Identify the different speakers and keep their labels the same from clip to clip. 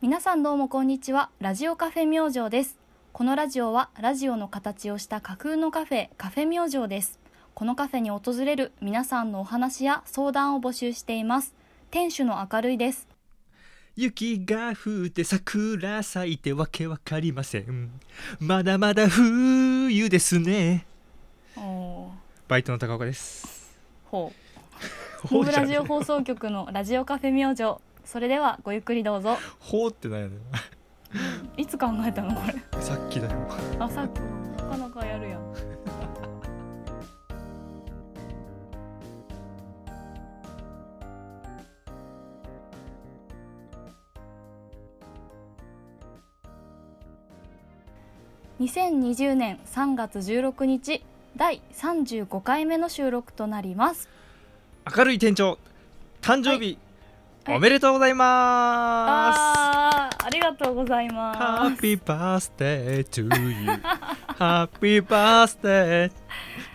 Speaker 1: 皆さんどうもこんにちはラジオカフェ明星ですこのラジオはラジオの形をした架空のカフェカフェ明星ですこのカフェに訪れる皆さんのお話や相談を募集しています店主の明るいです
Speaker 2: 雪が降って桜咲いてわけわかりませんまだまだ冬ですね
Speaker 1: おー
Speaker 2: バイトの高岡です
Speaker 1: ほうモブラジオ放送局のラジオカフェ明星それではごゆっくりどうぞ
Speaker 2: ほうってなんやねん
Speaker 1: いつ考えたのこれ
Speaker 2: さっきだよ
Speaker 1: あさっきなかなかやるやん2020年3月16日第35回目の収録となります
Speaker 2: 明るい店長誕生
Speaker 1: は
Speaker 2: 日、
Speaker 1: い
Speaker 2: おめでとうございま
Speaker 1: あーありがとうござい
Speaker 2: すハ
Speaker 1: ま
Speaker 2: ッピーバースデー to you ハッピーバースデー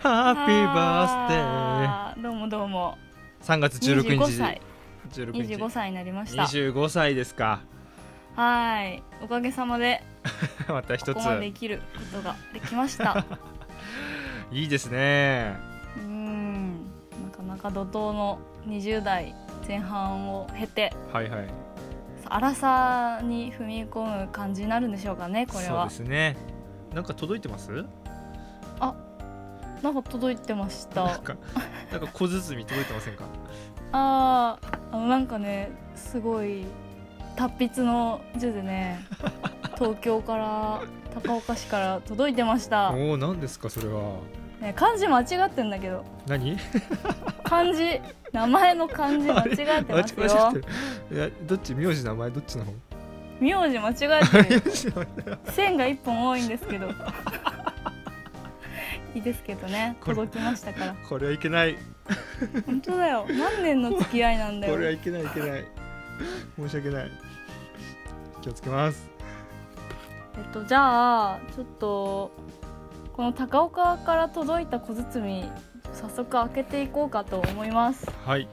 Speaker 2: ハ
Speaker 1: す
Speaker 2: ッピーバ ー
Speaker 1: スデーどうもどうも
Speaker 2: スデー3月16
Speaker 1: 25
Speaker 2: 日
Speaker 1: 歳
Speaker 2: 16日
Speaker 1: 25歳になりました
Speaker 2: 25歳ですか
Speaker 1: はいおかげさまで
Speaker 2: また
Speaker 1: こ
Speaker 2: 一つ
Speaker 1: こまで生きることができました
Speaker 2: いいですね
Speaker 1: うーんなかなか怒涛の20代前半を経て
Speaker 2: はいはい
Speaker 1: 荒さに踏み込む感じになるんでしょうかねこれは
Speaker 2: そうですねなんか届いてます
Speaker 1: なんか届いてまし
Speaker 2: な
Speaker 1: た
Speaker 2: んかなんか小包み届いてませんか
Speaker 1: あーあのなんかねすごい達筆の字で ね東京から高岡市から届いてました、
Speaker 2: おお何ですかそれは
Speaker 1: ね、漢字間違ってんだけど
Speaker 2: 何
Speaker 1: 漢字名前の漢字間違えてます
Speaker 2: 間違
Speaker 1: よ
Speaker 2: えてるいやどっち名字名前どっちの方
Speaker 1: 名字間違えてる
Speaker 2: こ
Speaker 1: 線が一本多いんですけど いいですけどね
Speaker 2: これ
Speaker 1: 届きましたから
Speaker 2: れはいけない
Speaker 1: 本当だよ何年の付き合いなんだ
Speaker 2: これは
Speaker 1: よ
Speaker 2: いけないいけない申し訳ない気をつけます
Speaker 1: えっとじゃあちょっとこの高岡から届いた小包早速開けていこうかと思います
Speaker 2: はい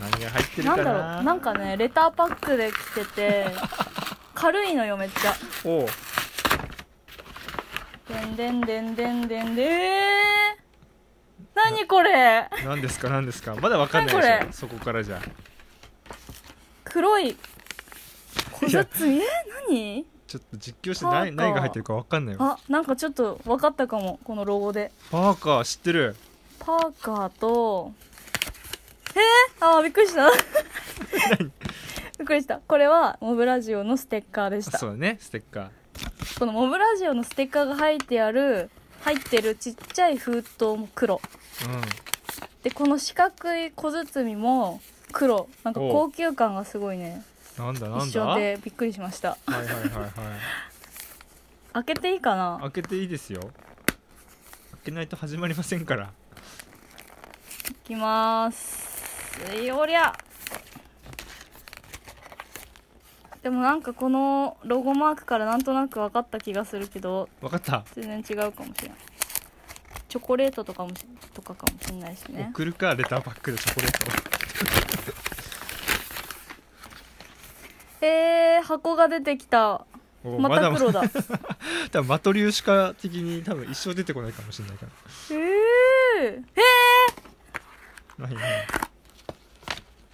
Speaker 2: 何が入ってる
Speaker 1: な
Speaker 2: か
Speaker 1: んだ
Speaker 2: な
Speaker 1: ろうなんかねレターパックで来て て軽いのよめっちゃ
Speaker 2: おう
Speaker 1: でんでんでんでんでんでえー、何これ
Speaker 2: 何ですか何ですかまだわかんない
Speaker 1: 何こ
Speaker 2: で
Speaker 1: れ
Speaker 2: しょそこからじゃ
Speaker 1: 黒い小
Speaker 2: いや
Speaker 1: 包え何
Speaker 2: ちょっと実況して何
Speaker 1: パーカー
Speaker 2: 何が入ってるかわかんないよ
Speaker 1: あなんかちょっと分かったかもこのロゴで
Speaker 2: パーカー知ってる
Speaker 1: パーカーとえー、あーびっくりした びっくりしたこれはモブラジオのステッカーでした
Speaker 2: そうだねステッカ
Speaker 1: このモブラジオのステッカーが入ってある入ってるちっちゃい封筒も黒
Speaker 2: ーうん
Speaker 1: でこの四角い小包も黒なんか
Speaker 2: おう
Speaker 1: 高級感がすごいね
Speaker 2: なんだなん
Speaker 1: 一
Speaker 2: だ
Speaker 1: 緒
Speaker 2: はい
Speaker 1: でびっくりしました
Speaker 2: はいはいはい
Speaker 1: 開けていいかな
Speaker 2: 開けていいですよ開けないと始まりませんから
Speaker 1: いきますいおりゃでもなんかこのロゴマークからなんとなく分かった気がするけど
Speaker 2: わかった、
Speaker 1: 全然違うかもしれないチョコレートとかもしとかかもしれないしね
Speaker 2: 送るかレターパックでチョコレー
Speaker 1: えー、箱が出てきた
Speaker 2: トをお
Speaker 1: また
Speaker 2: ま
Speaker 1: 黒だ
Speaker 2: だ多分マトリューシカ的に多分一生出てこないかもしれないか
Speaker 1: えー、
Speaker 2: らないない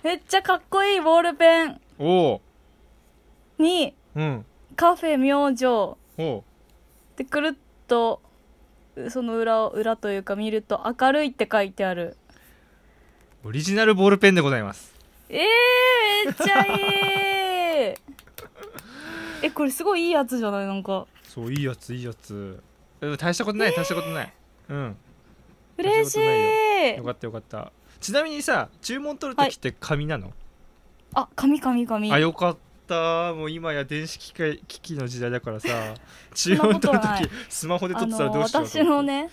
Speaker 1: めっちゃかっこいいボールペン
Speaker 2: おお
Speaker 1: に
Speaker 2: うん
Speaker 1: カフェ明星
Speaker 2: おお
Speaker 1: でくるっとその裏を裏というか見ると明るいって書いてある
Speaker 2: オリジナルボールペンでございます
Speaker 1: えー、めっちゃいいえこれすごいいいやつじゃないなんか
Speaker 2: そういいやついいやつうん大したことない大したことない、うん
Speaker 1: 嬉しい
Speaker 2: よかったよかったちなみにさ注文取るときって紙なの、
Speaker 1: あ紙紙紙
Speaker 2: あよかったもう今や電子機械機器の時代だか らさ
Speaker 1: ん
Speaker 2: 注
Speaker 1: なこ
Speaker 2: 文
Speaker 1: と
Speaker 2: 取
Speaker 1: は
Speaker 2: る
Speaker 1: ない
Speaker 2: 時スマホで撮
Speaker 1: あ
Speaker 2: ってたら
Speaker 1: の
Speaker 2: どうしようと
Speaker 1: 私
Speaker 2: 思
Speaker 1: の
Speaker 2: って
Speaker 1: ね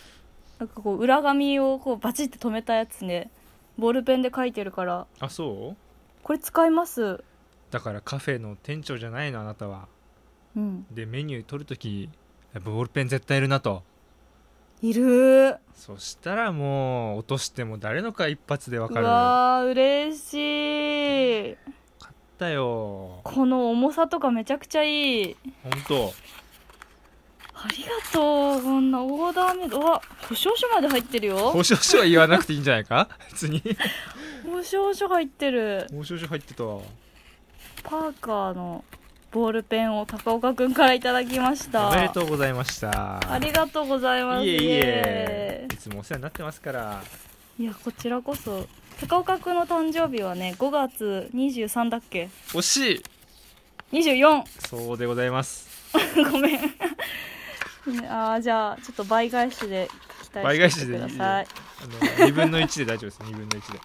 Speaker 1: なんかこう裏紙をこうバチって止めたやつねボールペンで書いてるから
Speaker 2: あそう
Speaker 1: これ使います
Speaker 2: だからカフェの店長じゃないのあなたは
Speaker 1: うん
Speaker 2: でメニュー取る時やっぱボールペン絶対いるなと
Speaker 1: いるー
Speaker 2: そしたらもう落としても誰のか一発でわ
Speaker 1: う
Speaker 2: かるよか
Speaker 1: わー嬉しい
Speaker 2: ったよ
Speaker 1: この重さとかめちゃくちゃいい
Speaker 2: 本当
Speaker 1: ありがとうこんなオーダーメイドうわ保証書まで入ってるよ
Speaker 2: 保証書は言わなくていいんじゃな いか別に
Speaker 1: 保証書入ってる
Speaker 2: 保証書入ってたお
Speaker 1: パーカーのボールペンを高岡くんからいただきました
Speaker 2: めでとうございました
Speaker 1: ありがとうございます
Speaker 2: いえい
Speaker 1: イ
Speaker 2: え
Speaker 1: エー
Speaker 2: いつもお世話になってますから
Speaker 1: イいやこちらこそ高岡くんの誕生日はね5月23だっけ
Speaker 2: 惜しい
Speaker 1: 24
Speaker 2: そうでございます
Speaker 1: ごめん ねあーじゃあちょっと倍返しで期待
Speaker 2: 倍返し
Speaker 1: して
Speaker 2: でい
Speaker 1: く
Speaker 2: い
Speaker 1: ださい
Speaker 2: あの2分の1で大丈夫です2分の1で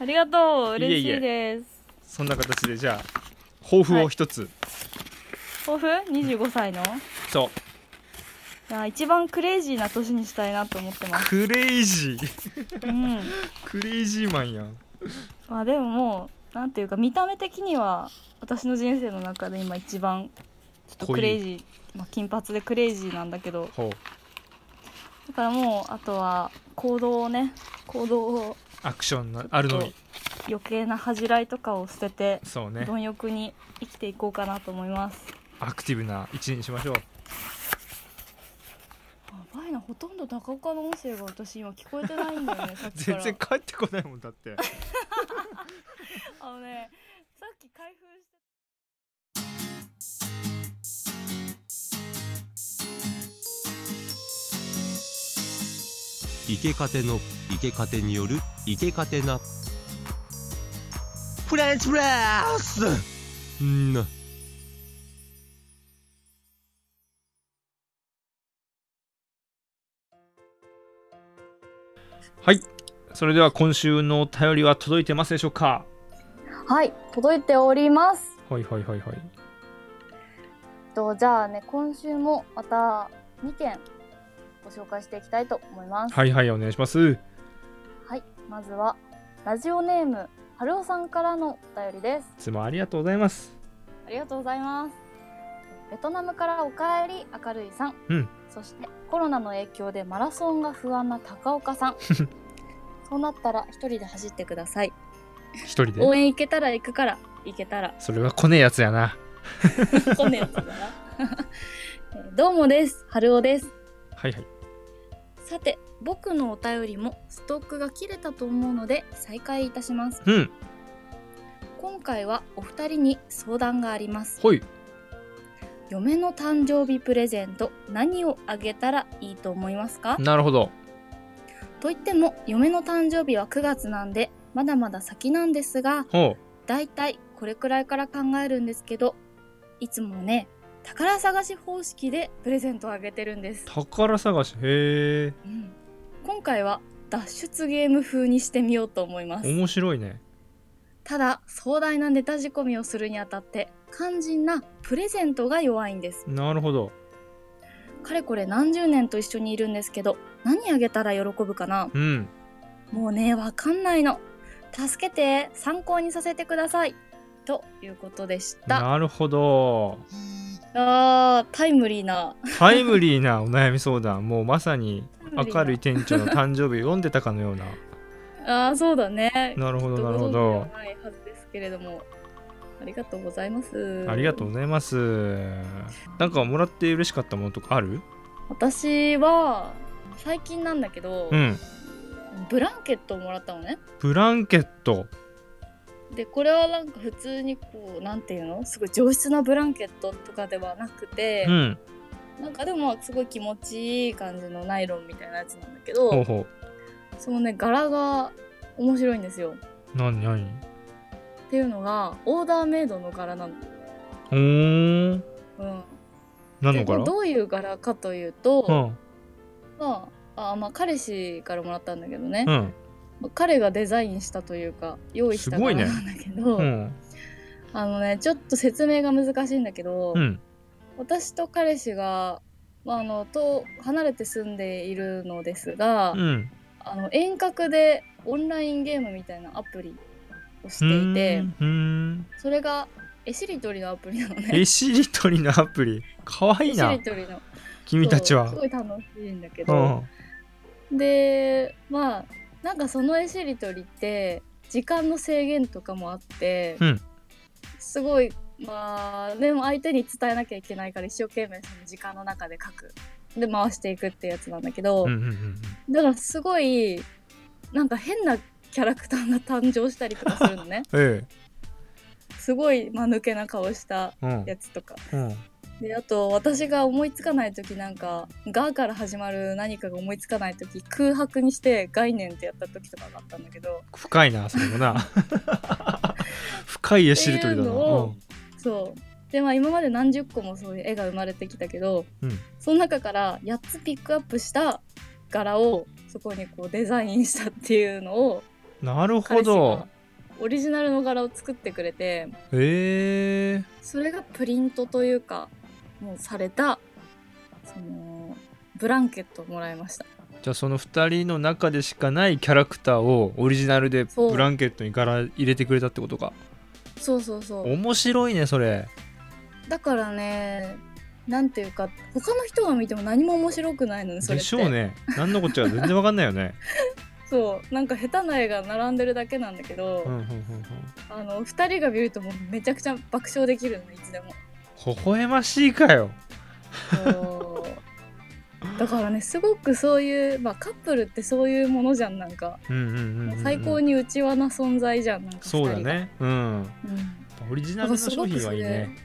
Speaker 1: ありがとう
Speaker 2: いえ
Speaker 1: 嬉
Speaker 2: い
Speaker 1: し
Speaker 2: え
Speaker 1: いです
Speaker 2: そんな形でじゃあ抱負を一つ、
Speaker 1: 抱負25歳の
Speaker 2: そ
Speaker 1: い
Speaker 2: う
Speaker 1: や一番クレイジーな年にしたいなと思ってます
Speaker 2: クレイジー
Speaker 1: うん
Speaker 2: クレイジーマンやん
Speaker 1: まあでももうなんていうか見た目的には私の人生の中で今一番ちょっとクレイジー、まあ、金髪でクレイジーなんだけど
Speaker 2: ほう
Speaker 1: だからもうあとは行動をね行動を
Speaker 2: アクションのあるのに
Speaker 1: 余計な恥じらいとかを捨てて
Speaker 2: そうね
Speaker 1: 貪欲に生きていこうかなと思います
Speaker 2: アクティブな一年にしましょう
Speaker 1: やばいなほとんど高岡の音声が私今聞こえてないんだよねさっきか
Speaker 2: 全
Speaker 1: ら
Speaker 2: 然帰ってこないもんだって
Speaker 1: あのねさっき開封して
Speaker 3: イケカテのイケカテによるイケカテなフレンチプレスんーな
Speaker 2: はいそれでは今週のお便りは届いてますでしょうか
Speaker 1: はい届いております
Speaker 2: はいはいはいは
Speaker 1: え
Speaker 2: い
Speaker 1: っとじゃあね今週もまた2件ご紹介していきたいと思いますはい、
Speaker 2: はいはいお願いします
Speaker 1: まずはラジオネームはるおさんからのお便りです
Speaker 2: いつもありがとうございます
Speaker 1: ありがとうございますベトナムからおかえり明るいさん、
Speaker 2: うん
Speaker 1: そしてコロナの影響でマラソンが不安な高岡さ んそうなったら一人で走ってください
Speaker 2: 一人で
Speaker 1: 応援行けたら行くから行けたら
Speaker 2: それは来ねえやつやな
Speaker 1: 来ねえやつだな えーどうもですはるおです
Speaker 2: はいはい
Speaker 1: さて僕のお便りもストックが切れたと思うので再開いたします
Speaker 2: うん
Speaker 1: 今回はお二人に相談があります
Speaker 2: ほい
Speaker 1: 嫁の誕生日プレゼント何をあげたらいいと思いますか
Speaker 2: なるほど
Speaker 1: と言っても嫁の誕生日は9月なんでまだまだ先なんですが
Speaker 2: ほ
Speaker 1: だいたいこれくらいから考えるんですけどいつもね宝探し方式でプレゼントをあげてるんです
Speaker 2: う、宝探しへ
Speaker 1: うん、今回は脱出ゲーム風にしてみようと思います
Speaker 2: え面白いね
Speaker 1: ただ壮大なネタ仕込みをするにあたって肝心なプレゼントが弱いんです
Speaker 2: なるほど
Speaker 1: かれこれ何十年と一緒にいるんですけど何あげたら喜ぶかな
Speaker 2: うん
Speaker 1: もうねわかんないの助けて参考にさせてくださいということでした
Speaker 2: なるほど
Speaker 1: あータイムリーな
Speaker 2: タイムリーなお悩み相談もうまさに明るい
Speaker 1: タ
Speaker 2: 店長の誕生日を読んでたか のような
Speaker 1: イムリーなあーそうだね
Speaker 2: なるほ
Speaker 1: な
Speaker 2: どなるほど
Speaker 1: ないはずですけれどもありがとうございます
Speaker 2: ありがとうございますなんかもらって嬉しかったものとかある
Speaker 1: 私は最近なんだけど、
Speaker 2: うん
Speaker 1: ブランケットをもらったのね
Speaker 2: ブランケット
Speaker 1: でこれはなんか普通にこうなんていうのすごい上質なブランケットとかではなくて
Speaker 2: う、ん
Speaker 1: なんかでもすごい気持ちいい感じのナイロンみたいなやつなんだけ
Speaker 2: ほう
Speaker 1: ど
Speaker 2: ほ
Speaker 1: そのね柄が面白いんですよ。
Speaker 2: う何何
Speaker 1: っていうのがオーダーメイドの柄なの。
Speaker 2: おー
Speaker 1: うん、
Speaker 2: 何
Speaker 1: で
Speaker 2: の
Speaker 1: こ
Speaker 2: か
Speaker 1: れ
Speaker 2: ら
Speaker 1: どういう柄かというと、
Speaker 2: うん
Speaker 1: まああまあ彼氏からもらったんだけどね、
Speaker 2: うん
Speaker 1: 彼がデザインしたというか用意した
Speaker 2: すご
Speaker 1: 柄
Speaker 2: いね
Speaker 1: なんだけど、
Speaker 2: うん
Speaker 1: あのねちょっと説明が難しいんだけど、
Speaker 2: うん
Speaker 1: 私と彼氏が、まあ、あのと離れて住んでいるのですが、
Speaker 2: うん
Speaker 1: あの遠隔でオンラインゲームみたいなアプリをしていて
Speaker 2: うん
Speaker 1: それが絵しりとりのアプリなのね。
Speaker 2: 絵しりとりのアプリかわいい
Speaker 1: 絵
Speaker 2: な
Speaker 1: しりとりの
Speaker 2: 君たちは
Speaker 1: そうすごい楽しいんだけ
Speaker 2: う
Speaker 1: ど、
Speaker 2: ん
Speaker 1: でまあなんかその絵しりとりって時間の制限とかもあって、
Speaker 2: うん
Speaker 1: すごいまあでも相手に伝えなきゃいけないから一生懸命その時間の中で書くで回していくってやつなんだけど、
Speaker 2: うんうんうん
Speaker 1: だからすごいなんか変なキャラクターが誕生したりとかするのね
Speaker 2: え
Speaker 1: すごい間抜けな顔した
Speaker 2: えうん
Speaker 1: やつとか
Speaker 2: うん
Speaker 1: であと私が思いつかない時なんか「が」から始まる何かが思いつかない時空白にして「概念」ってやった時とかがあったんだけど
Speaker 2: 深いなそれもな 深い絵しりとりだ
Speaker 1: って
Speaker 2: な
Speaker 1: いうのをそうでまあ今まで何十個もそういう絵が生まれてきたけど、
Speaker 2: うん
Speaker 1: その中から8つピックアップした柄をそこにこうデザインしたっていうのを
Speaker 2: うんなるほ
Speaker 1: 彼氏
Speaker 2: ど
Speaker 1: がオリジナルの柄を作ってくれて
Speaker 2: え
Speaker 1: それがプリントというかもうされたそのブランケットをもらいました
Speaker 2: えじゃあその2人の中でしかないキャラクターをオリジナルで
Speaker 1: そう
Speaker 2: ブランケットに柄入れてくれたってことか
Speaker 1: そうそうそう
Speaker 2: 面白いねそれ
Speaker 1: だからねなんていうか他の人が見ても何も面白くないのねそれっ
Speaker 2: で
Speaker 1: て
Speaker 2: しょうね何のこっちゃ全然わかんない よね
Speaker 1: そうなんか下手な絵が並んでるだけなんだけど、
Speaker 2: うんうんうんうん
Speaker 1: あの2人が見るともうめちゃくちゃ爆笑できるのいつでも
Speaker 2: 微笑ましいかよ
Speaker 1: そうだからねすごくそういう、まあ、カップルってそういうものじゃんなんか、
Speaker 2: うんうんうんうん、
Speaker 1: も
Speaker 2: う、
Speaker 1: うん最高に内輪な存在じゃんなんか二人
Speaker 2: そう
Speaker 1: が
Speaker 2: だ、ねうん
Speaker 1: うん、
Speaker 2: オリジナ
Speaker 1: だ
Speaker 2: ル
Speaker 1: か
Speaker 2: の
Speaker 1: らす
Speaker 2: 商
Speaker 1: ごく
Speaker 2: 品
Speaker 1: そ
Speaker 2: はいい
Speaker 1: れ
Speaker 2: ね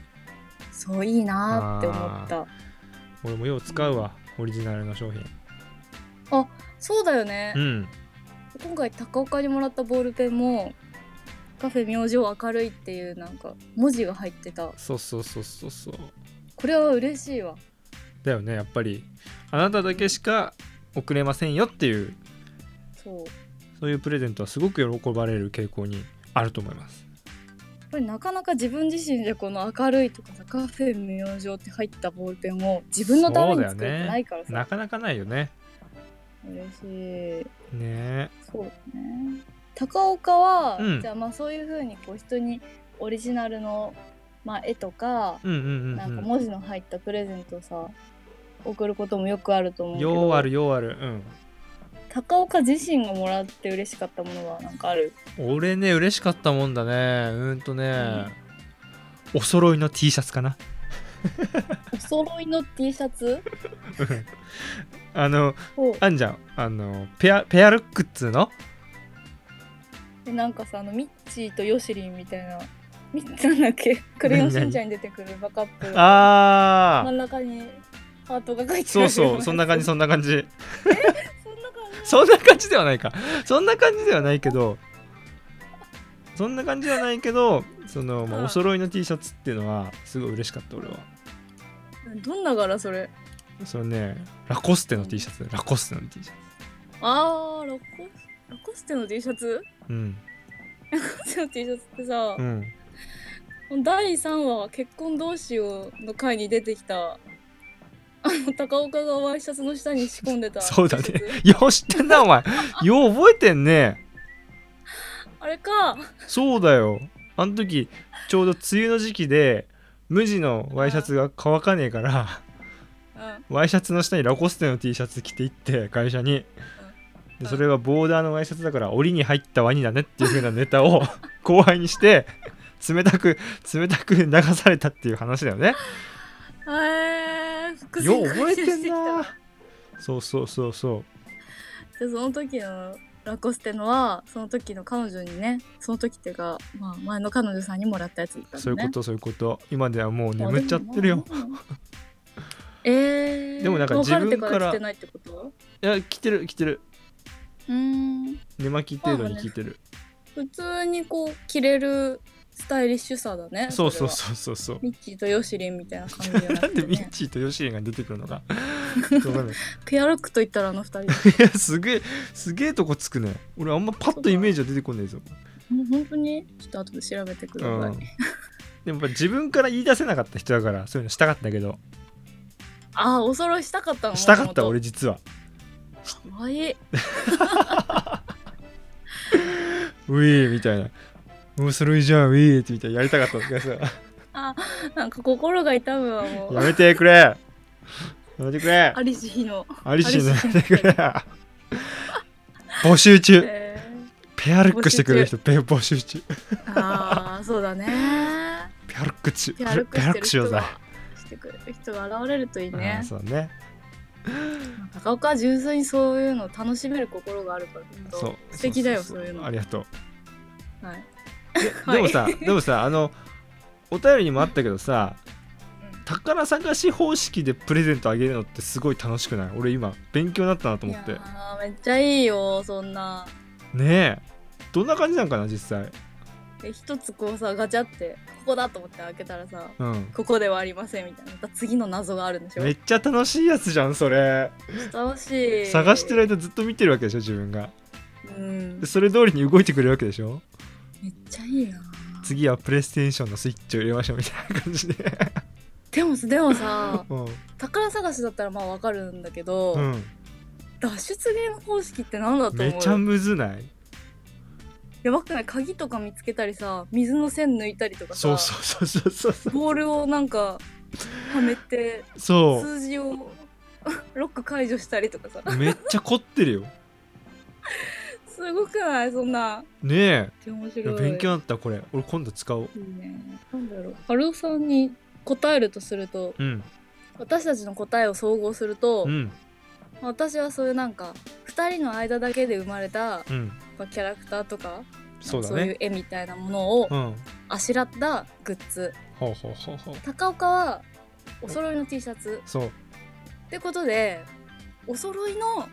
Speaker 1: そういいなーって思った
Speaker 2: 俺もよう使うわオリジナルの商品
Speaker 1: そうだよね
Speaker 2: うん
Speaker 1: 今回高岡にもらったボールペンも「カフェ明星明るい」っていうなんか文字が入ってた
Speaker 2: そうそうそうそうそう
Speaker 1: これは嬉しいわ
Speaker 2: だよねやっぱりあなただけしか送れませんよっていう
Speaker 1: そう
Speaker 2: そういうプレゼントはすごく喜ばれる傾向にあると思います
Speaker 1: やっぱりなかなか自分自身でこの明るいとかさカフェ明星って入ったボールペンを自分のために作ってないからさ、
Speaker 2: なかなかないよね
Speaker 1: 嬉しい
Speaker 2: ね
Speaker 1: そうね高岡は、
Speaker 2: うん
Speaker 1: じゃあまあそういうふうにこう人にオリジナルの、まあ、絵とか、
Speaker 2: えうんうん
Speaker 1: な
Speaker 2: うん
Speaker 1: んか
Speaker 2: うん
Speaker 1: 文字の入ったプレゼントをさ送ることもよくあると思うけ
Speaker 2: よう
Speaker 1: ど
Speaker 2: あるようあるうん
Speaker 1: 高岡自身がもらって嬉しかったものはなんかある
Speaker 2: 俺ね嬉しかったもんだねうんとね、お揃いの T シャツかな
Speaker 1: お揃いの T シャツ
Speaker 2: あの
Speaker 1: を
Speaker 2: あんじゃんあのペアペアルックっつうの
Speaker 1: でなんかさあのミッチーとヨシリンみたいなミッチなんだっけクレヨンしんちゃんに出てくるバカップル
Speaker 2: あ
Speaker 1: 真
Speaker 2: あ
Speaker 1: ん中にハートが書いてあ
Speaker 2: そ
Speaker 1: る
Speaker 2: うそうそんな感じそんな感じ
Speaker 1: そんな感じ
Speaker 2: そんな感じではないかそんな感じではないけどそんな感じではないけどその、ま
Speaker 1: う
Speaker 2: あ、
Speaker 1: ん
Speaker 2: お揃いの T シャツっていうのはすごい嬉しかった俺は
Speaker 1: どんな柄それ
Speaker 2: そのねラコステの T シャツラコステの T シャ
Speaker 1: あーロコロコステの T シャツ
Speaker 2: ツうん
Speaker 1: ロコステの T シャツってさ
Speaker 2: う、ん
Speaker 1: 第3話は結婚どうしようの回に出てきたあの高岡がワイシャツの下に仕込んでた
Speaker 2: そうだね
Speaker 1: T シャツ
Speaker 2: よう知ってんなお前よう覚えてんね
Speaker 1: あれか
Speaker 2: そうだよあの時ちょうど梅雨の時期で無地のワイシャツが乾かねえから
Speaker 1: うん
Speaker 2: ワイシャツの下にラコステの T シャツ着ていって会社に
Speaker 1: うん
Speaker 2: でそれはボーダーのワイシャツだから檻に入ったワニだねっていう風なネタを 後輩にして冷たく冷たく流されたっていう話だよね
Speaker 1: えー、伏線
Speaker 2: よう覚えて
Speaker 1: 回収し
Speaker 2: ん
Speaker 1: きた
Speaker 2: なそうそうそうそ
Speaker 1: でその時のラコステのはその時の彼女にねその時っていうか、まあ、前の彼女さんにもらったやつだった
Speaker 2: う
Speaker 1: のね
Speaker 2: そういうことそういうこと今ではもう
Speaker 1: あ
Speaker 2: 眠っちゃってるよ
Speaker 1: でもまあ えー、
Speaker 2: でもなんか自分か
Speaker 1: 別れてか
Speaker 2: ら
Speaker 1: ら来てないってこと
Speaker 2: いや着てる着てる
Speaker 1: うーん
Speaker 2: 寝巻き程度に着てる
Speaker 1: 普通にこう着れるスタイリッシュさだね
Speaker 2: そうそ
Speaker 1: れ
Speaker 2: う
Speaker 1: は
Speaker 2: そうそうそう
Speaker 1: ミッチーとヨシリンみたいな感じじゃな
Speaker 2: な
Speaker 1: く
Speaker 2: んで
Speaker 1: て、
Speaker 2: ミッ
Speaker 1: ね、
Speaker 2: チーとヨシエが出てくる のか わかんない
Speaker 1: ペアルックと言 ったらあの二人も
Speaker 2: いやすげえすげえとこつくね俺あんまパッとイメージは出てこないぞ
Speaker 1: う本当にちょっと後で調べてください、
Speaker 2: うんでもやっぱ自分から言い出せなかった人だからそういうのしたかったけど
Speaker 1: ああお揃いしたかったの
Speaker 2: したかっ
Speaker 1: 元
Speaker 2: た
Speaker 1: 々
Speaker 2: 俺実は
Speaker 1: かわいいう
Speaker 2: いみたいなもうそれじゃんういってみたいなやりたかったんですけどさ
Speaker 1: なんか心が痛むわも
Speaker 2: や
Speaker 1: う
Speaker 2: めてくれやめてくれ
Speaker 1: ありし日の
Speaker 2: ありしのや
Speaker 1: あり
Speaker 2: め
Speaker 1: し
Speaker 2: てくれ募集中
Speaker 1: え
Speaker 2: ペアルックしてくれる人ペ募集中
Speaker 1: ー、ああそうだね
Speaker 2: クチ
Speaker 4: 手
Speaker 2: ペラ
Speaker 4: 歩く
Speaker 2: ペ
Speaker 4: し
Speaker 2: ラッ
Speaker 4: て
Speaker 2: ク
Speaker 4: る
Speaker 2: しよう
Speaker 4: 人
Speaker 2: ぜ
Speaker 4: がしてくる人が現れるといい
Speaker 2: あ
Speaker 4: ね
Speaker 2: ーそうね
Speaker 4: 高岡は純粋にそういうのを楽しめる心があるから本当
Speaker 2: そう
Speaker 4: 素敵だよ
Speaker 2: そ
Speaker 4: そうう
Speaker 2: そう
Speaker 4: いうの
Speaker 2: ありがとう
Speaker 4: はい
Speaker 2: でもさでもさあのお便りにもあったけどさ
Speaker 4: うん
Speaker 2: 宝探し方式でプレゼントあげるのってすごい楽しくない俺今勉強になったなと
Speaker 4: い
Speaker 2: 思
Speaker 4: や
Speaker 2: って
Speaker 4: ーめっちゃいいよそんな
Speaker 2: ねえどんな感じなんかな実際
Speaker 4: で一つこうさガチャってここだと思って開けたらさ
Speaker 2: うん
Speaker 4: ここではありませんみたいなまた次の謎があるんでしょ
Speaker 2: めっちゃ楽しいやつじゃんそれ
Speaker 4: 楽しい
Speaker 2: 探してる間ずっと見てるわけでしょ自分が
Speaker 4: うん
Speaker 2: でそれ通りに動いてくれるわけでしょ
Speaker 4: めっちゃいいな
Speaker 2: 次はプレイステーションのスイッチを入れましょうみたいな感じで
Speaker 4: でもさで も さ
Speaker 2: うん
Speaker 4: 宝探しだったらまあわかるんだけど、
Speaker 2: うん
Speaker 4: 脱出ゲーム方式って何だと思う
Speaker 2: めちゃむずない
Speaker 4: やばくない鍵とか見つけたりさ水の線抜いたりとかさ
Speaker 2: そうそうそうそうそうそう
Speaker 4: ボールをなんかはめて
Speaker 2: そう
Speaker 4: 数字を ロック解除したりとかさ
Speaker 2: めっちゃ凝ってるよ
Speaker 4: すごくないそんな
Speaker 2: ねえ
Speaker 4: めっちゃ面
Speaker 2: いや
Speaker 4: 白い
Speaker 2: 勉強になったこれ俺今度使おう
Speaker 4: いいねなんだろう春尾さんに答えるとすると
Speaker 2: うん
Speaker 4: 私たちの答えを総合すると、
Speaker 2: うん
Speaker 4: 私はそういうなんか2人の間だけで生まれた
Speaker 2: うん
Speaker 4: まあキャラクターとか
Speaker 2: そうだ
Speaker 4: そういう
Speaker 2: ね
Speaker 4: 絵みたいなものを
Speaker 2: うん
Speaker 4: あしらったグッズ
Speaker 2: ほうほうほうほう
Speaker 4: 高岡はお揃いの T シャツ
Speaker 2: そう
Speaker 4: ってことでお揃いの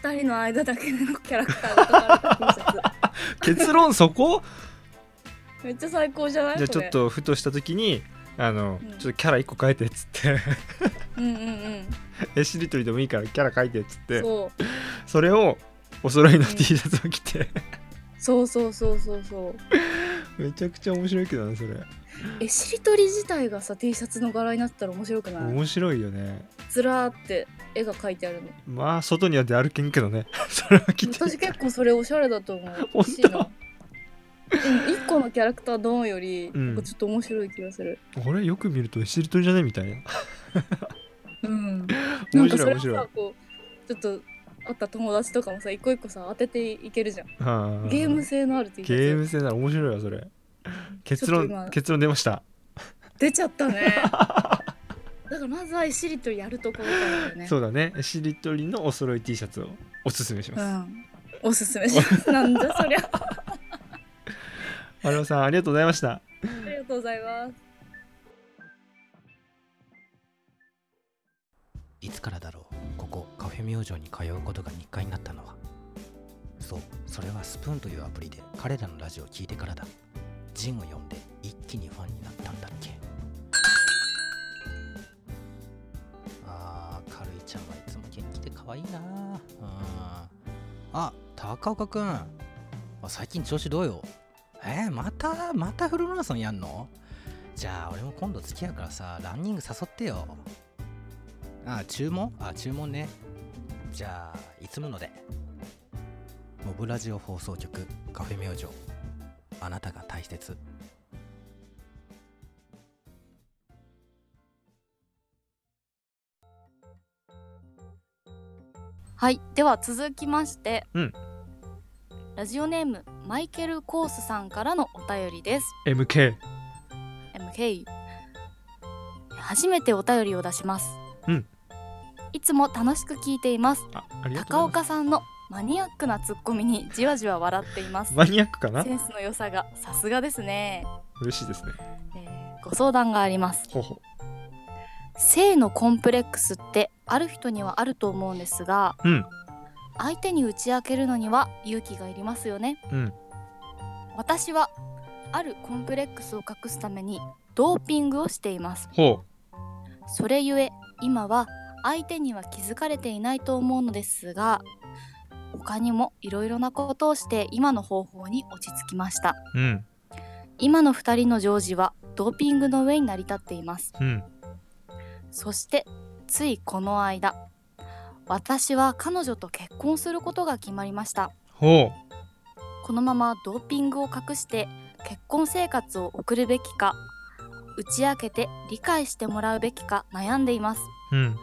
Speaker 4: 2人の間だけのキャラクターが描かれた T シャ
Speaker 2: 結論そ こ
Speaker 4: ツめ っちゃ最高じゃない
Speaker 2: じゃあ
Speaker 4: そ
Speaker 2: ちょ
Speaker 4: れ
Speaker 2: っとふとした時にあの、
Speaker 4: うん
Speaker 2: ちょっとキャラ1個変えてっつって
Speaker 4: うんうんうん
Speaker 2: えしりとりでもいいからキャラ変えてっつってそ
Speaker 4: そう
Speaker 2: れをお揃いの
Speaker 4: うん
Speaker 2: T シャツを着て
Speaker 4: そうそうそうそうそう
Speaker 2: めちゃくちゃ面白いけどねそれ
Speaker 4: えしりとり自体がさ T シャツの柄になってたら面白くない
Speaker 2: 面白いよね
Speaker 4: ずらーって絵が描いてあるの
Speaker 2: まあ外には出歩けんけどね それは着て
Speaker 4: 私結構それおしゃれだ と思う
Speaker 2: 当
Speaker 4: 欲しいなうん一個のキャラクターどんより、
Speaker 2: うん
Speaker 4: なんかちょっと面白い気がする
Speaker 2: 俺よく見るとえしりとりじゃねみたいな
Speaker 4: うんなん
Speaker 2: 面
Speaker 4: かそ
Speaker 2: 白
Speaker 4: れ
Speaker 2: い面
Speaker 4: を
Speaker 2: 白い
Speaker 4: さこうちょっと会った友達とかもさ一個一個さ当てていけるじゃん
Speaker 2: はあ
Speaker 4: ゲーム性のあるって
Speaker 2: ゲーム性なら面白いわ それ結
Speaker 4: ちょっと
Speaker 2: 論
Speaker 4: 今
Speaker 2: 結論出ました
Speaker 4: 出ちゃったね だからまずはしりとりやるところからだよね
Speaker 2: そうだねしりとりのお揃い T シャツをおすすめし
Speaker 4: う
Speaker 2: ます
Speaker 4: んおすすめしますなんじゃそりゃあ
Speaker 2: 丸尾、さんありがとうございました
Speaker 4: りがとうございます
Speaker 5: いつからだろうここカフェ明星に通うことが日課になったのはそうそれはスプーンというアプリで彼らのラジオを聞いてからだジンを呼んで一気にファンになったんだっけあーかるいちゃんはいつも元気で可愛いなあうんあ高岡くんあ最近調子どうよえー、またまたフルマラソンやんのじゃあ俺も今度付き合うからさランニング誘ってよあ注文あ注文ねじゃあいつものでモブラジオ放送局カフェ明星あなたが大切
Speaker 1: はい、では続きまして、
Speaker 2: うん
Speaker 1: ラジオネームマイケル・コースさんからのお便りです
Speaker 2: MK
Speaker 1: MK 初めてお便りを出します、
Speaker 2: うん
Speaker 1: いつも楽しく聞いています
Speaker 2: あありがとう
Speaker 1: 高
Speaker 2: ござい
Speaker 1: 岡さんのマニアックなツッコミにじわじわ笑っていま
Speaker 2: ますすマニアックかな
Speaker 1: センスの良さがさすがですね、
Speaker 2: 嬉しいですね
Speaker 1: えーご相談があります
Speaker 2: ほうほ
Speaker 1: 性のコンプレックスってある人にはあると思うんですが、
Speaker 2: うん
Speaker 1: 相手に打ち明けるのには勇気がいりますよね
Speaker 2: ううん
Speaker 1: 私はあるコンプレックスを隠すためにドーピングをしています
Speaker 2: ほ
Speaker 1: それゆえ今は相手には気づかれていないと思うのですが他にもいろいろなことをして今の方法に落ち着きました
Speaker 2: ううん
Speaker 1: 今の2人のジョージはドーピングの上に成り立っています
Speaker 2: うん
Speaker 1: そしてついこの間私は彼女と結婚することが決まりました
Speaker 2: ほ
Speaker 1: このままドーピングを隠して結婚生活を送るべきか打ち明けて理解してもらうべきか悩んでいます
Speaker 2: ううん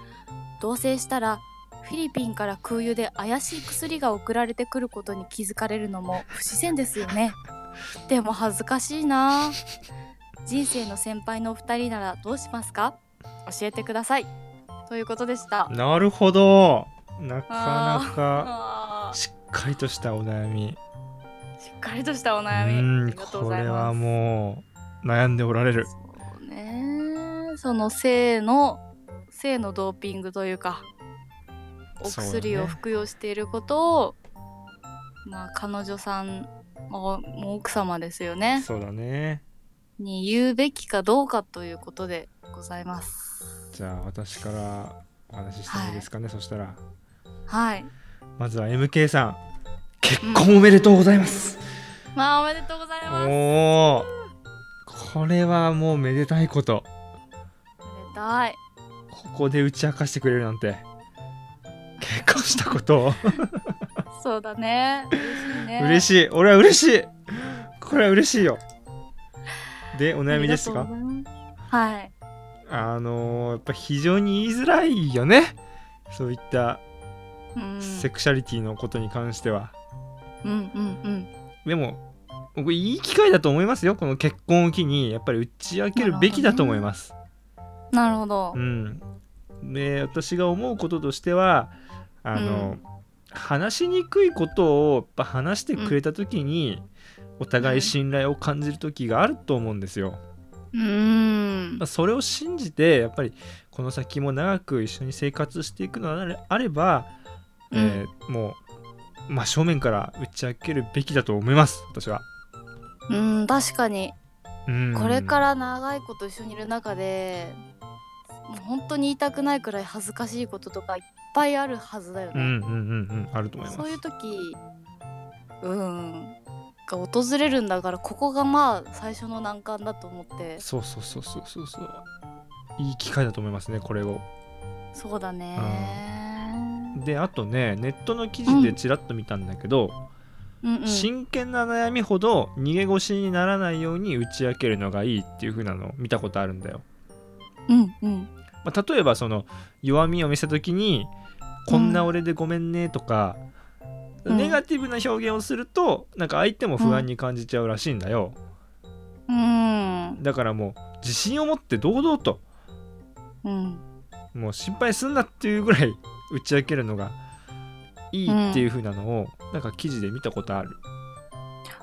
Speaker 1: 同棲したらフィリピンから空輸で怪しい薬が送られてくること に気づかれるのも不自然ですよねでも恥ずかしいなあ人生の先輩のお二人ならどうしますか教えてくださいということでした
Speaker 2: なるほどなかなか
Speaker 1: あー
Speaker 2: しっかりとしたお悩み
Speaker 1: しっかりとしたお
Speaker 2: う
Speaker 1: 悩みあ
Speaker 2: ん
Speaker 1: りがとうご
Speaker 2: こ
Speaker 1: ざい
Speaker 2: れ
Speaker 1: ま
Speaker 2: は
Speaker 1: す
Speaker 2: もう悩んでおられる
Speaker 1: そうねその性の性のドーピングというかお
Speaker 2: そう
Speaker 1: 薬
Speaker 2: だね
Speaker 1: を服用していることを、まあ彼女さんももう奥様ですよね
Speaker 2: そうだね
Speaker 1: に言うべきかどうかということでございます
Speaker 2: じゃあ私からお話ししてもいいですかね、そしたら
Speaker 1: はい
Speaker 2: まずは MK さん結婚おめでとうございます、
Speaker 1: まあおめでとうございますおめで
Speaker 2: おおこれはもうめでたいこと
Speaker 1: たい
Speaker 2: ここで打ち明かしてくれるなんて結婚したことを
Speaker 1: そうだね嬉しいね
Speaker 2: 嬉
Speaker 1: い
Speaker 2: しい俺は嬉しいこれは嬉しいよでお悩みですか
Speaker 1: はい
Speaker 2: あのーやっぱ非常に言いづらいよねそういった
Speaker 1: うん
Speaker 2: セクシャリティのことに関しては、
Speaker 1: うんうんうん
Speaker 2: でも僕いい機会だと思いますよこの結婚を機にやっぱり打ち明けるべきだと思います、
Speaker 1: なるほど
Speaker 2: うんで私が思うこととしてはあの、話しにくいことをやっぱ話してくれた時に、お互い信頼を感じる時があると思うんですよ、
Speaker 1: うん
Speaker 2: まあ、それを信じてやっぱりこの先も長く一緒に生活していくのであれば、えーもう真正面から打ち明けるべきだと思います私は。
Speaker 1: うん確かに
Speaker 2: うん
Speaker 1: これから長いこと一緒にいる中でもう本当に言いたくないくらい恥ずかしいこととかいっぱいあるはずだよ
Speaker 2: うん
Speaker 1: ね、
Speaker 2: うんうんうんあると思います
Speaker 1: そういう時うんが訪れるんだからここがまあ最初の難関だと思って
Speaker 2: そうそうそうそうそうそういい機会だと思いますねこれを
Speaker 1: そうだね
Speaker 2: であとねネットの記事でちらっと見たんだけど、
Speaker 1: うんうん
Speaker 2: 真剣な悩みほど逃げ腰にならないように打ち明けるのがいいっていう風なのを見たことあるんだよ、
Speaker 1: うんうん
Speaker 2: まあ、例えばその弱みを見せた時に「こんな俺でごめんね」とか、
Speaker 1: うん
Speaker 2: ネガティブな表現をするとなんか相手も不安に感じちゃうらしいんだよ、
Speaker 1: うん
Speaker 2: だからもう自信を持って堂々と
Speaker 1: うん
Speaker 2: もう心配すんなっていうぐらい打ち明けるのがいいっていう風なのを、なんか記事で見たことある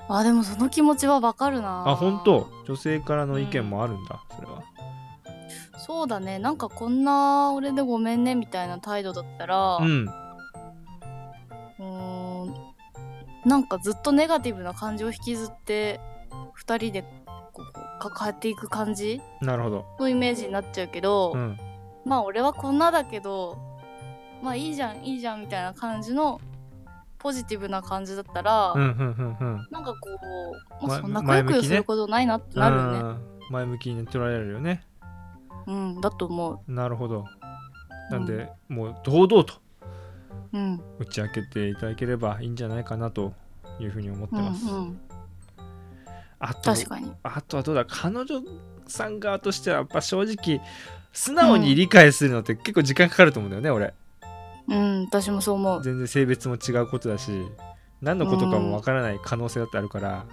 Speaker 1: あでもその気持ちはわかるな
Speaker 2: あ本当女性からの意見もあるんだ、それは
Speaker 1: そうだねなんかこんな俺でごめんねみたいな態度だったら、
Speaker 2: うん
Speaker 1: うーんなんかずっとネガティブな感情を引きずって2人でこう抱えていく感じ
Speaker 2: なるほど
Speaker 1: のイメージになっちゃうけど、
Speaker 2: うん
Speaker 1: まあ俺はこんなだけどまあいいじゃんいいじゃんみたいな感じのポジティブな感じだったら、
Speaker 2: うんうんうんうん
Speaker 1: なんかこう、ま
Speaker 2: ま
Speaker 1: あ、そんなくよく
Speaker 2: 前向
Speaker 1: よ
Speaker 2: きね
Speaker 1: することないなってなるよね。
Speaker 2: うん前向きに捉えられるよね
Speaker 1: うん、だと思う。
Speaker 2: なるほどなんで、もう堂々と
Speaker 1: うん、
Speaker 2: 打ち明けていただければいいんじゃないかなというふうに思って
Speaker 1: うん、う
Speaker 2: ます、
Speaker 1: ん、
Speaker 2: あと
Speaker 1: 確かに。
Speaker 2: あとはどうだ彼女さん側としてはやっぱ正直素直に理解するのって結構時間かかると思うんだよね、俺
Speaker 1: うん、私もそう思う。
Speaker 2: 全然性別も違うことだし何のことかもわからない可能性だってあるから、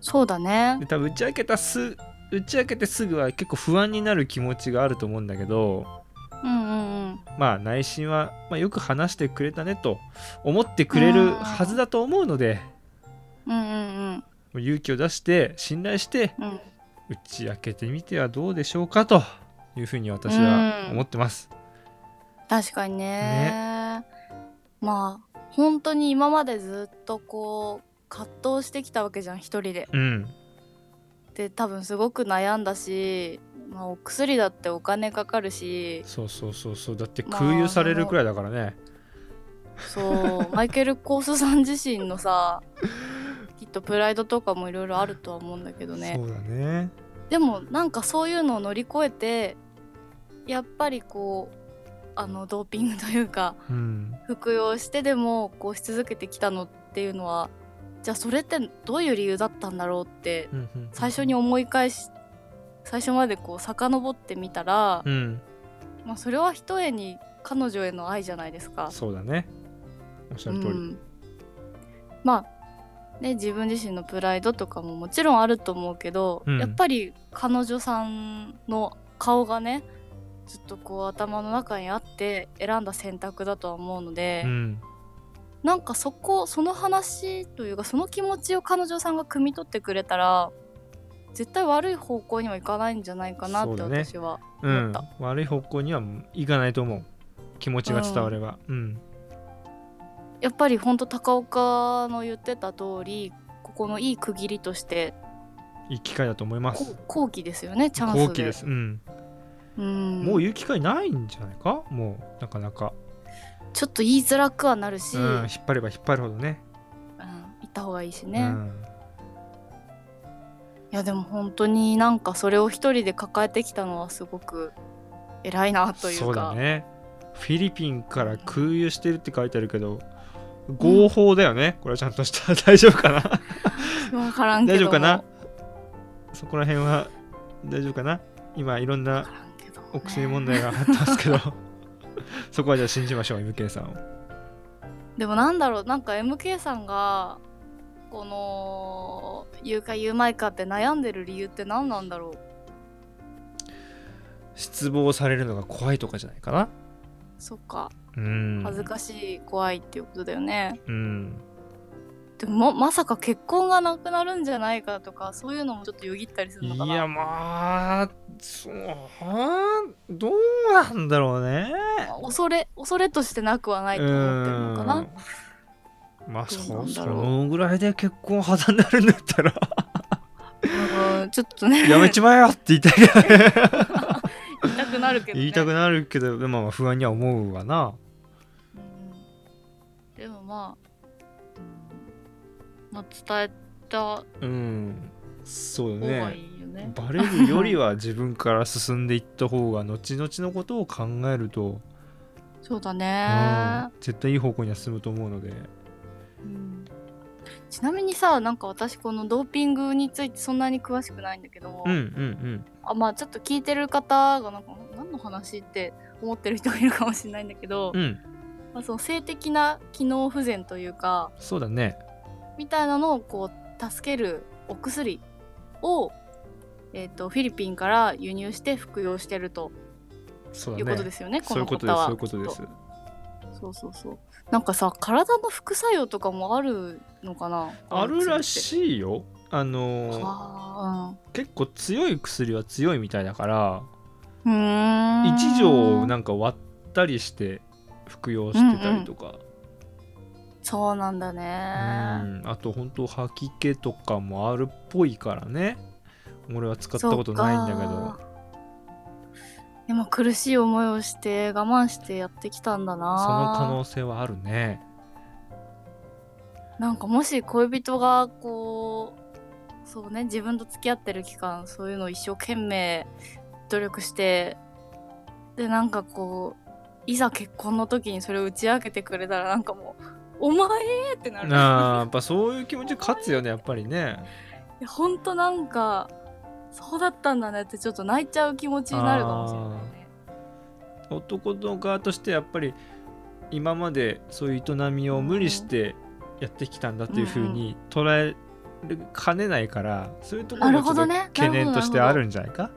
Speaker 1: そうだね
Speaker 2: で。多分打ち明けたす打ち明けてすぐは結構不安になる気持ちがあると思うんだけど
Speaker 1: うん、うん、うん。
Speaker 2: まあ内心は、まあ、よく話してくれたねと思ってくれるはずだと思うので、
Speaker 1: うん、うん、
Speaker 2: もう勇気を出して信頼して
Speaker 1: うん。うん。
Speaker 2: 打ち明けてみてはどうでしょうかというふうに私は思ってます。
Speaker 1: 確かにねまあ本当に今までずっとこう葛藤してきたわけじゃん一人で。
Speaker 2: うん
Speaker 1: で多分すごく悩んだし、まあ、お薬だってお金かかるし
Speaker 2: そうそうそうそうだって
Speaker 1: まあ
Speaker 2: 空輸されるくらいだからね、
Speaker 1: そう マイケル・コースさん自身のさきっとプライドとかもいろいろあるとは思うんだけどね
Speaker 2: そうだね
Speaker 1: でもなんかそういうのを乗り越えてやっぱりこうあのドーピングというか
Speaker 2: うん
Speaker 1: 服用してでもこうし続けてきたのっていうのはじゃあそれってどういう理由だったんだろうって
Speaker 2: うんうん
Speaker 1: 最初に思い返し最初までこう遡ってみたら、
Speaker 2: うん
Speaker 1: まあ、それは一重に彼女への愛じゃないですか。
Speaker 2: そうだねおっしゃ
Speaker 1: う
Speaker 2: る通り、
Speaker 1: ん、まあで自分自身のプライドとかももちろんあると思うけど、
Speaker 2: うん
Speaker 1: やっぱり彼女さんの顔がねずっとこう頭の中にあって選んだ選択だとは思うので、
Speaker 2: うん
Speaker 1: なんかそこその話というかその気持ちを彼女さんが汲み取ってくれたら絶対悪い方向にはいかないんじゃないかな
Speaker 2: そ
Speaker 1: っ
Speaker 2: う
Speaker 1: て
Speaker 2: だね
Speaker 1: 私は
Speaker 2: う
Speaker 1: 思っ
Speaker 2: ん
Speaker 1: た、
Speaker 2: 悪い方向にはいかないと思う気持ちが伝わればうん
Speaker 1: やっぱりほんと高岡の言ってた通りここのいい区切りとして
Speaker 2: いい機会だと思いま
Speaker 1: こ
Speaker 2: す
Speaker 1: 後期ですよねチャンスで
Speaker 2: 後期ですうん
Speaker 1: うん、
Speaker 2: もう言う機会ないんじゃないかもうなかなか
Speaker 1: ちょっと言いづらくはなるし、
Speaker 2: う
Speaker 1: うんん
Speaker 2: 引っ張れば引っ張るほどね
Speaker 1: 行った方がいいし
Speaker 2: う
Speaker 1: ね、
Speaker 2: ん
Speaker 1: いやでも本当になんかそれを一人で抱えてきたのはすごく偉いなというか
Speaker 2: そう だねフィリピンから空輸してるって書いてあるけど合法だよね、これはちゃんとした ら大丈夫かな
Speaker 1: 分からんけ
Speaker 2: 大
Speaker 1: ど
Speaker 2: 丈
Speaker 1: も
Speaker 2: 夫かなそこら辺は大丈夫かな今いろん
Speaker 1: わ
Speaker 2: な
Speaker 1: からんけどね
Speaker 2: お薬問題があったんです けどそこはじゃあ信じましょう MK さんを
Speaker 1: でもなんだろうなんか MK さんがこの言うか言うまいかって悩んでる理由って何なんだろう
Speaker 2: 失望されるのが怖いとかじゃないかな
Speaker 1: そっか
Speaker 2: うん
Speaker 1: 恥ずかしい怖いっていうことだよね
Speaker 2: うん
Speaker 1: でもままさか結婚がなくなるんじゃないかとかそういうのもちょっとよぎったりするの
Speaker 2: い
Speaker 1: かな
Speaker 2: やまあそうどうなんだろうね
Speaker 1: まあ恐れ恐れとしてなくはないと思ってるのかな
Speaker 2: うんま
Speaker 1: ど
Speaker 2: あ
Speaker 1: う
Speaker 2: そ
Speaker 1: なん
Speaker 2: そ
Speaker 1: だろう
Speaker 2: のぐらいで結婚肌になるんだったら
Speaker 1: うんちょっとね
Speaker 2: やめちまえよって言いたいけどね
Speaker 1: 言いたくなるけど、ね、
Speaker 2: 言いたくなるけどでもまあ不安には思うわな
Speaker 1: うんでもまあ、うんまあ、伝えた方
Speaker 2: うんそうよ
Speaker 1: が
Speaker 2: ね
Speaker 1: いいよね
Speaker 2: バレるよりは自分から進んでいった方が後々のことを考えると、
Speaker 1: そうだ
Speaker 2: うん
Speaker 1: ね、
Speaker 2: 絶対いい方向には進むと思うので
Speaker 1: うんちなみにさなんか私このドーピングについてそんなに詳しくないんだけど、
Speaker 2: うんうん
Speaker 1: あまあちょっと聞いてる方がなんか何の話って思ってる人がいるかもしれないんだけど、
Speaker 2: うんうん
Speaker 1: まあ、その性的な機能不全というか
Speaker 2: そうだね
Speaker 1: みたいなのをこう助けるお薬を、えー、とフィリピンから輸入して服用してると
Speaker 2: そう
Speaker 1: い
Speaker 2: だ
Speaker 1: うこと
Speaker 2: ね
Speaker 1: ですよね、こ
Speaker 2: そういう
Speaker 1: の
Speaker 2: こと
Speaker 1: 方
Speaker 2: です
Speaker 1: は
Speaker 2: そういうことです
Speaker 1: そうそうそうなんかさ体の副作用とかもあるのかな
Speaker 2: あるら
Speaker 1: い
Speaker 2: しいよあの
Speaker 1: あ
Speaker 2: 結構強い薬は強いみたいだから
Speaker 1: ーうんうーん
Speaker 2: 一錠をなんか割ったりして服用してたりとか、
Speaker 1: そうなんだ
Speaker 2: うん
Speaker 1: ね
Speaker 2: あと本当吐き気とかもあるっぽいからね俺は使ったことないんだけ
Speaker 1: そ
Speaker 2: ど
Speaker 1: うでも苦しい思いをして我慢してやってきたんだ
Speaker 2: その可
Speaker 1: な
Speaker 2: 能性はある ね
Speaker 1: なんかもし恋人がこうそうね自分と付き合ってる期間そういうのを一生懸命努力してでなんかこういざ結婚の時にそれを打ち明けてくれたらなんかもう「お前!」ってなる
Speaker 2: なあやっぱそういう気持ち勝つよねやっぱりね
Speaker 1: いやほんとなんかそうだったんだねってちょっと泣いちゃう気持ちになるかもしれないね。
Speaker 2: 男の側としてやっぱり今までそういう営みを無理してやってきたんだっていうふうに捉えかねないからそういうとこ
Speaker 1: なる
Speaker 2: ろがちょ
Speaker 1: ほ
Speaker 2: っ
Speaker 1: ど
Speaker 2: と
Speaker 1: ね
Speaker 2: 懸念としてあ
Speaker 1: なほ
Speaker 2: る
Speaker 1: ど
Speaker 2: んじゃないか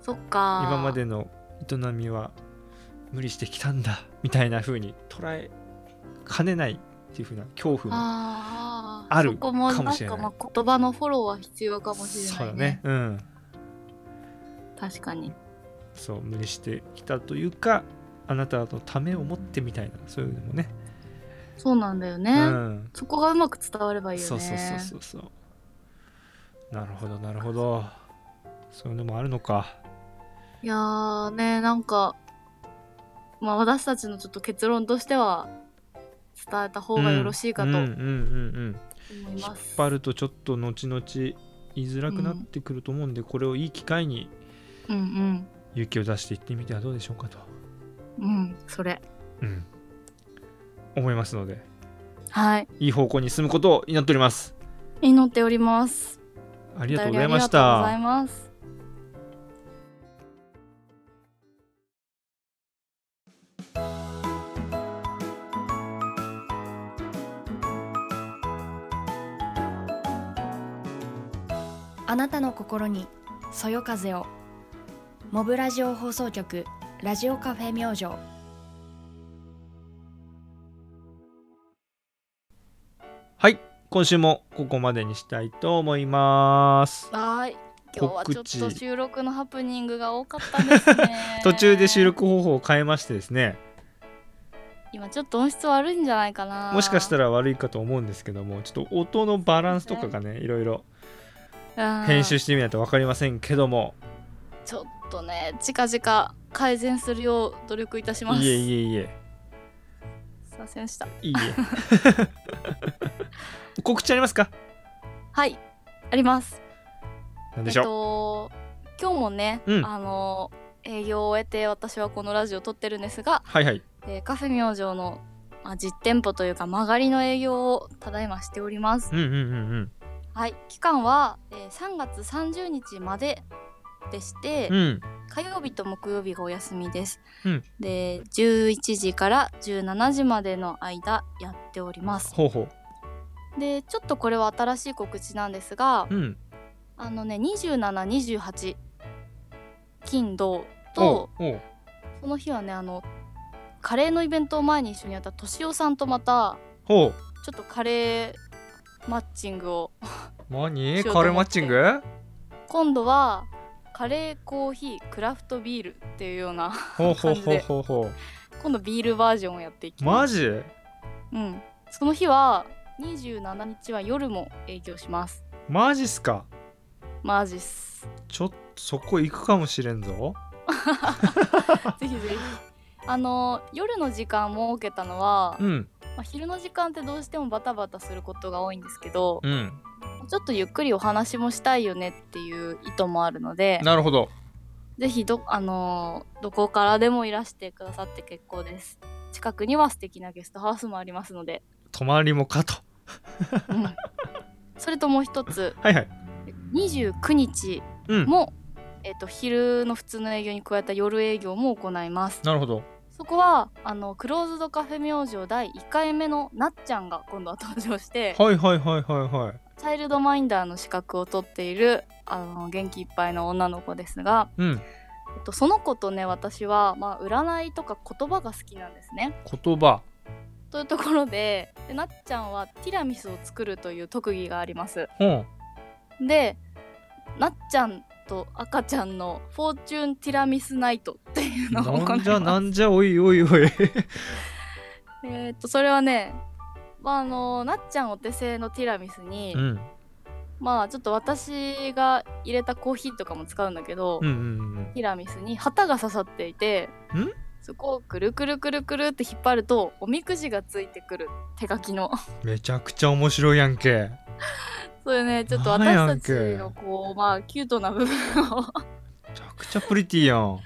Speaker 1: そっか
Speaker 2: 今までの営みは無理してきたんだみたいな風に捉えかねないっていう風な恐怖も
Speaker 1: あー
Speaker 2: ある
Speaker 1: そこも
Speaker 2: か
Speaker 1: な
Speaker 2: も
Speaker 1: ん
Speaker 2: しれな
Speaker 1: か
Speaker 2: い
Speaker 1: まあ言葉のフォローは必要かもし
Speaker 2: そう
Speaker 1: れな
Speaker 2: だ
Speaker 1: いね
Speaker 2: ねうん
Speaker 1: 確かに
Speaker 2: そう無理してきたというかあなたのためを持ってみたいなそういうのもね
Speaker 1: そうなんだよね、
Speaker 2: うん
Speaker 1: そこがうまく伝わればいいよね
Speaker 2: そうそうそうそうそうなるほどなるほどそういうのもあるのか
Speaker 1: いやーねなんかまあ私たちのちょっと結論としては伝えた方がよろしいかと
Speaker 2: うんう
Speaker 1: 思
Speaker 2: んうんうん
Speaker 1: い
Speaker 2: 引っ
Speaker 1: ます、
Speaker 2: 張るとちょっと後々言いづらくなってくると思うんで、これをいい機会に
Speaker 1: うん、うん
Speaker 2: 勇気を出していってみてはどうでしょうかと、
Speaker 1: うんそれ
Speaker 2: うん、思いますので
Speaker 1: はい
Speaker 2: いい方向に進むことを祈っております
Speaker 1: 祈っております
Speaker 2: あ
Speaker 1: あ
Speaker 2: りがとうございまし
Speaker 1: ありがとう
Speaker 2: た
Speaker 1: ございます
Speaker 2: 「
Speaker 6: あなたの心にそよ風をモブラジオ放送局ラジオカフェ明星
Speaker 2: はい今週もここまでにしたいと思います
Speaker 1: はーい今日は
Speaker 2: 告知
Speaker 1: ちょっと収録のハプニングが多かったですね
Speaker 2: 途中で収録方法を変えましてですね
Speaker 1: 今ちょっと音質悪いんじゃないかな
Speaker 2: もしかした
Speaker 1: ら
Speaker 2: ら悪いかと思うんですけどもちょっと音のバランスとかがねいろいろ編集してみないと分かりませんけども
Speaker 1: ちょっとね近々改善するよう努力いたします
Speaker 2: いえいえいえ
Speaker 1: すいませんでした
Speaker 2: いいえ告知ありますか
Speaker 1: はいあります
Speaker 2: なんでしょう、
Speaker 1: えっと、今日もね、
Speaker 2: うん
Speaker 1: あの営業を終えて私はこのラジオを撮ってるんですが、
Speaker 2: はいはい
Speaker 1: えーカフェ明星の、まあ、実店舗というか曲がりの営業をただいましております、
Speaker 2: うんうんうんうん
Speaker 1: はい期間は、えー3月30日まででして、
Speaker 2: うん
Speaker 1: 火曜日と木曜日がお休みです、
Speaker 2: うん
Speaker 1: で11時から17時までの間やっております
Speaker 2: ほうほ
Speaker 1: でちょっとこれは新しい告知なんですが、
Speaker 2: ううん
Speaker 1: あのね2728金土
Speaker 2: お
Speaker 1: と
Speaker 2: うおう
Speaker 1: その日はねあのカレーのイベントを前に一緒にやった敏夫さんとまた
Speaker 2: ほう
Speaker 1: ちょっとカレーマッチングを
Speaker 2: 何
Speaker 1: しようと思って
Speaker 2: カレーマッチング
Speaker 1: 今度はカレーコーヒークラフトビールっていうような
Speaker 2: ほうほうほうほうほ
Speaker 1: 今度ビールバージョンをやっていき
Speaker 2: う
Speaker 1: ま
Speaker 2: マ
Speaker 1: す
Speaker 2: ジ
Speaker 1: うんその日は27日は夜も営業します
Speaker 2: マジっすか
Speaker 1: マジっす
Speaker 2: ちょっとそこ行くかもしれんぞ
Speaker 1: ぜひぜひあの夜の時間設けたのは、
Speaker 2: うん
Speaker 1: まあ、昼の時間ってどうしてもバタバタすることが多いんですけど、
Speaker 2: うん
Speaker 1: ちょっとゆっくりお話もしたいよねっていう意図もあるので
Speaker 2: なるほど
Speaker 1: ぜひど,、あのーどこからでもいらしてくださって結構です近くには素敵なゲストハウスもありますので、
Speaker 2: 泊まりもかと
Speaker 1: うんそれともう一つ
Speaker 2: はいはい
Speaker 1: 29日
Speaker 2: うん
Speaker 1: も、えっと昼の普通の営業に加えた夜営業も行います
Speaker 2: なるほど
Speaker 1: そこはあのクローズドカフェ明星第1回目のなっちゃんが今度は登場して
Speaker 2: はいはいはいはいはい
Speaker 1: チャイルドマインダーの資格を取っているあの元気いっぱいの女の子ですが、
Speaker 2: うん
Speaker 1: えっと、その子とね私は、まあ、占いとか言葉が好きなんですね。
Speaker 2: 言葉
Speaker 1: というところででなっちゃんはティラミスを作るという特技があります。
Speaker 2: うん
Speaker 1: でなっちゃんと赤ちゃんの「フォーチュンティラミスナイト」っていうのを行い
Speaker 2: な
Speaker 1: ま
Speaker 2: ん
Speaker 1: す
Speaker 2: じゃなんじゃおいお いおい
Speaker 1: えーっとそれはね、まあ、あのなっちゃんお手製のティラミスに、
Speaker 2: うん
Speaker 1: まあちょっと私が入れたコーヒーとかも使うんだけど、
Speaker 2: うんうんうん
Speaker 1: ティラミスに旗が刺さっていて
Speaker 2: ん
Speaker 1: そこをくるくるくるくるって引っ張るとおみくじがついてくる手書きの
Speaker 2: めちゃくちゃ面白いやんけ
Speaker 1: それねちょっと
Speaker 2: なんや
Speaker 1: 私た
Speaker 2: ん
Speaker 1: ち
Speaker 2: け
Speaker 1: のこうまあキュートな部分を
Speaker 2: めちゃくちゃプリティやん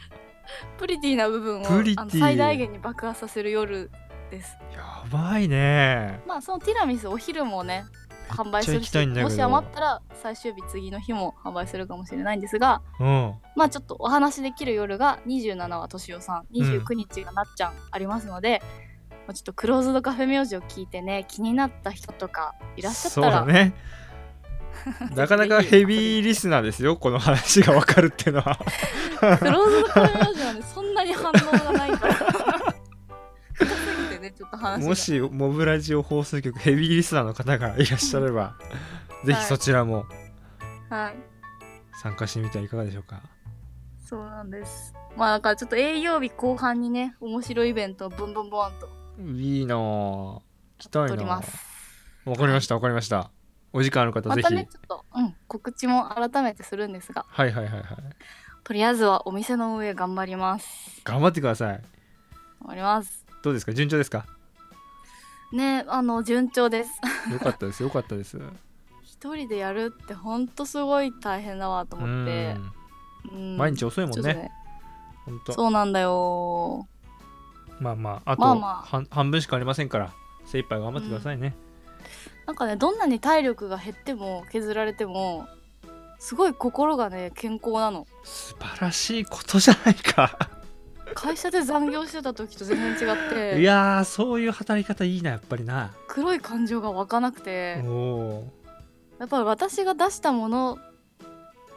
Speaker 1: プリティな部分を
Speaker 2: プリティ
Speaker 1: あの最大限に爆破させる夜です
Speaker 2: やばいね
Speaker 1: まあそのティラミスお昼もね販売す
Speaker 2: め
Speaker 1: る
Speaker 2: っちゃ行き
Speaker 1: した
Speaker 2: いんだけど
Speaker 1: もし余ったら最終日次の日も販売するかもしれないんですが
Speaker 2: うん
Speaker 1: まあちょっとお話できる夜が27はとしおさん29日がなっちゃんありますので、まあちょっとクローズドカフェ名字を聞いてね気になった人とかいらっしゃっ
Speaker 2: そう
Speaker 1: たら
Speaker 2: だ ねなかなかヘビーリスナーですよこの話がわかるっていう のは
Speaker 1: クローズドカフェ名字はねそんなに反応がない から深すぎてねちょっと話が
Speaker 2: もしモブラジオ放送局ヘビーリスナーの方がいらっしゃればぜひそちらも
Speaker 1: はい
Speaker 2: 参加してみてはいかがでしょうか
Speaker 1: そうなんですまあだからちょっと営業日後半にね面白いイベントをブンブンボンと
Speaker 2: いいなぁ来たい
Speaker 1: 撮り
Speaker 2: な
Speaker 1: ま
Speaker 2: わ
Speaker 1: す
Speaker 2: かりましたわかりましたお時間ある方
Speaker 1: ま
Speaker 2: ぜ
Speaker 1: た
Speaker 2: ひ、
Speaker 1: ねちょっと、うん、告知も改めてするんですが
Speaker 2: はいはいはいはい
Speaker 1: とりあえずはお店の運営頑張ります
Speaker 2: 頑張ってください
Speaker 1: 頑張ります
Speaker 2: どうですか順調ですか
Speaker 1: ねあの順調です
Speaker 2: よかったですよかったです
Speaker 1: 一人でやるってほんとすごい大変だわと
Speaker 2: う
Speaker 1: 思って
Speaker 2: ん
Speaker 1: うん
Speaker 2: 毎日遅いも
Speaker 1: ちょ
Speaker 2: ん
Speaker 1: っと
Speaker 2: ねほんと
Speaker 1: そうなんだよ
Speaker 2: まあまああと
Speaker 1: まあまあ
Speaker 2: 半半分しかありませんから精一杯頑張ってくださいね、
Speaker 1: なんかねどんなに体力が減っても削られてもすごい心がね健康なの
Speaker 2: 素晴らしいことじゃないか
Speaker 1: 会社で残業してた時と全然違っ
Speaker 2: い
Speaker 1: て
Speaker 2: やーそういう働き方いいなやっぱりな
Speaker 1: 黒い感情が湧かなくて
Speaker 2: おお
Speaker 1: やっぱり私が出したもの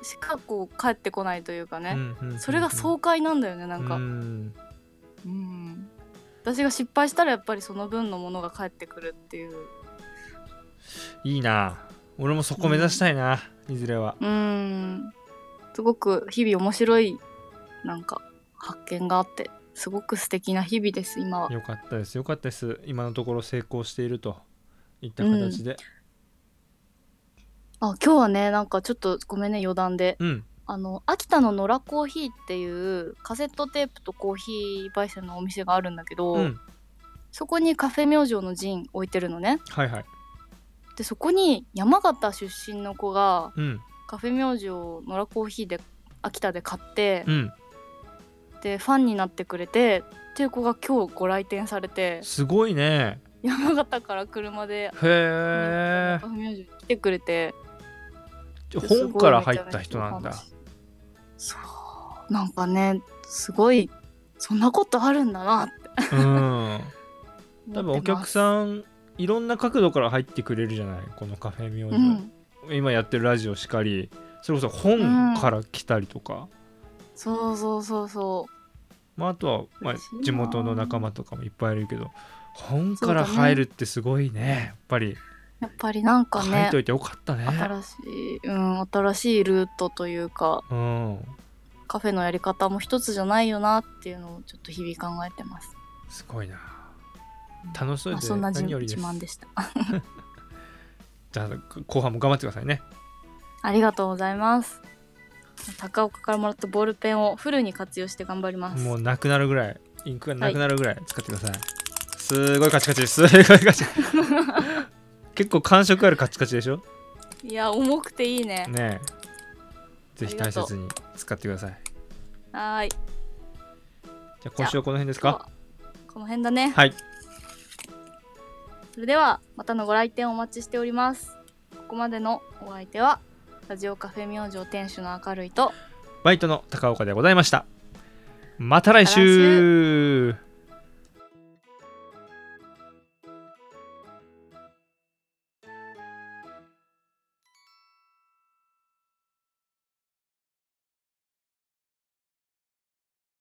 Speaker 1: しかこう帰ってこないというかね、
Speaker 2: うんうんうん
Speaker 1: それが爽快なんだよねなんか、
Speaker 2: うん
Speaker 1: うん私が失敗したらやっぱりその分のものが返ってくるっていう
Speaker 2: いいな俺もそこ目指したいな、いずれは
Speaker 1: うんすごく日々面白いなんか発見があってすごく素敵な日々です今は
Speaker 2: よかったですよかったです今のところ成功しているといった形で
Speaker 1: あ今日はねなんかちょっとごめんね余談で
Speaker 2: うん、
Speaker 1: あの秋田の野良コーヒーっていうカセットテープとコーヒー焙煎のお店があるんだけど、
Speaker 2: うん
Speaker 1: そこにカフェ明星のジン置いてるのね
Speaker 2: はいはい
Speaker 1: でそこに山形出身の子が
Speaker 2: うん
Speaker 1: カフェ明星野良コーヒーで秋田で買って
Speaker 2: う、ん
Speaker 1: でファンになってくれてっていう子が今日ご来店されて
Speaker 2: すごいね
Speaker 1: 山形から車で
Speaker 2: へ
Speaker 1: カフェ明星に来てくれて
Speaker 2: え本から入った人なんだ
Speaker 1: そうなんかねすごいそんなことあるんだなって
Speaker 2: うん
Speaker 1: 思
Speaker 2: 多
Speaker 1: ってます
Speaker 2: 分お客さんいろんな角度から入ってくれるじゃないこのカフェ明
Speaker 1: う
Speaker 2: 星、
Speaker 1: ん
Speaker 2: 今やってるラジオしかりそれこそ本から来たりとか、
Speaker 1: そうそうそうそう
Speaker 2: まあ、あとは、まあ
Speaker 1: 嬉しいな、
Speaker 2: 地元の仲間とかもいっぱいいるけど本から入るってすごいねやっぱり
Speaker 1: やっぱりなんか
Speaker 2: 書い
Speaker 1: ね
Speaker 2: といてよかったね
Speaker 1: 新しい、うん、新しいルートというか
Speaker 2: うん
Speaker 1: カフェのやり方も一つじゃないよなっていうのをちょっと日々考えてます、
Speaker 2: すごいな楽しそう
Speaker 1: まあ、
Speaker 2: で
Speaker 1: そんな自
Speaker 2: 何よりで
Speaker 1: 自
Speaker 2: す
Speaker 1: 慢でした
Speaker 2: じゃあ後半も頑張ってくださいね
Speaker 1: ありがとうございます高岡からもらったボールペンをフルに活用して頑張ります
Speaker 2: もうなくなるぐらいインクがなくなるぐらい使ってください、すごいカチカチすごいカチカ チ結構感触あるカチカチでしょ
Speaker 1: いや重くていいね
Speaker 2: ねえぜひ大切に使ってください
Speaker 1: はーい
Speaker 2: じゃあ今週はこの辺ですか
Speaker 1: 今日はこの辺だね
Speaker 2: はい
Speaker 1: それではまたのご来店お待ちしておりますここまでのお相手はラジオカフェ明星店主の明るいと
Speaker 2: バイトの高岡でございましたまた来週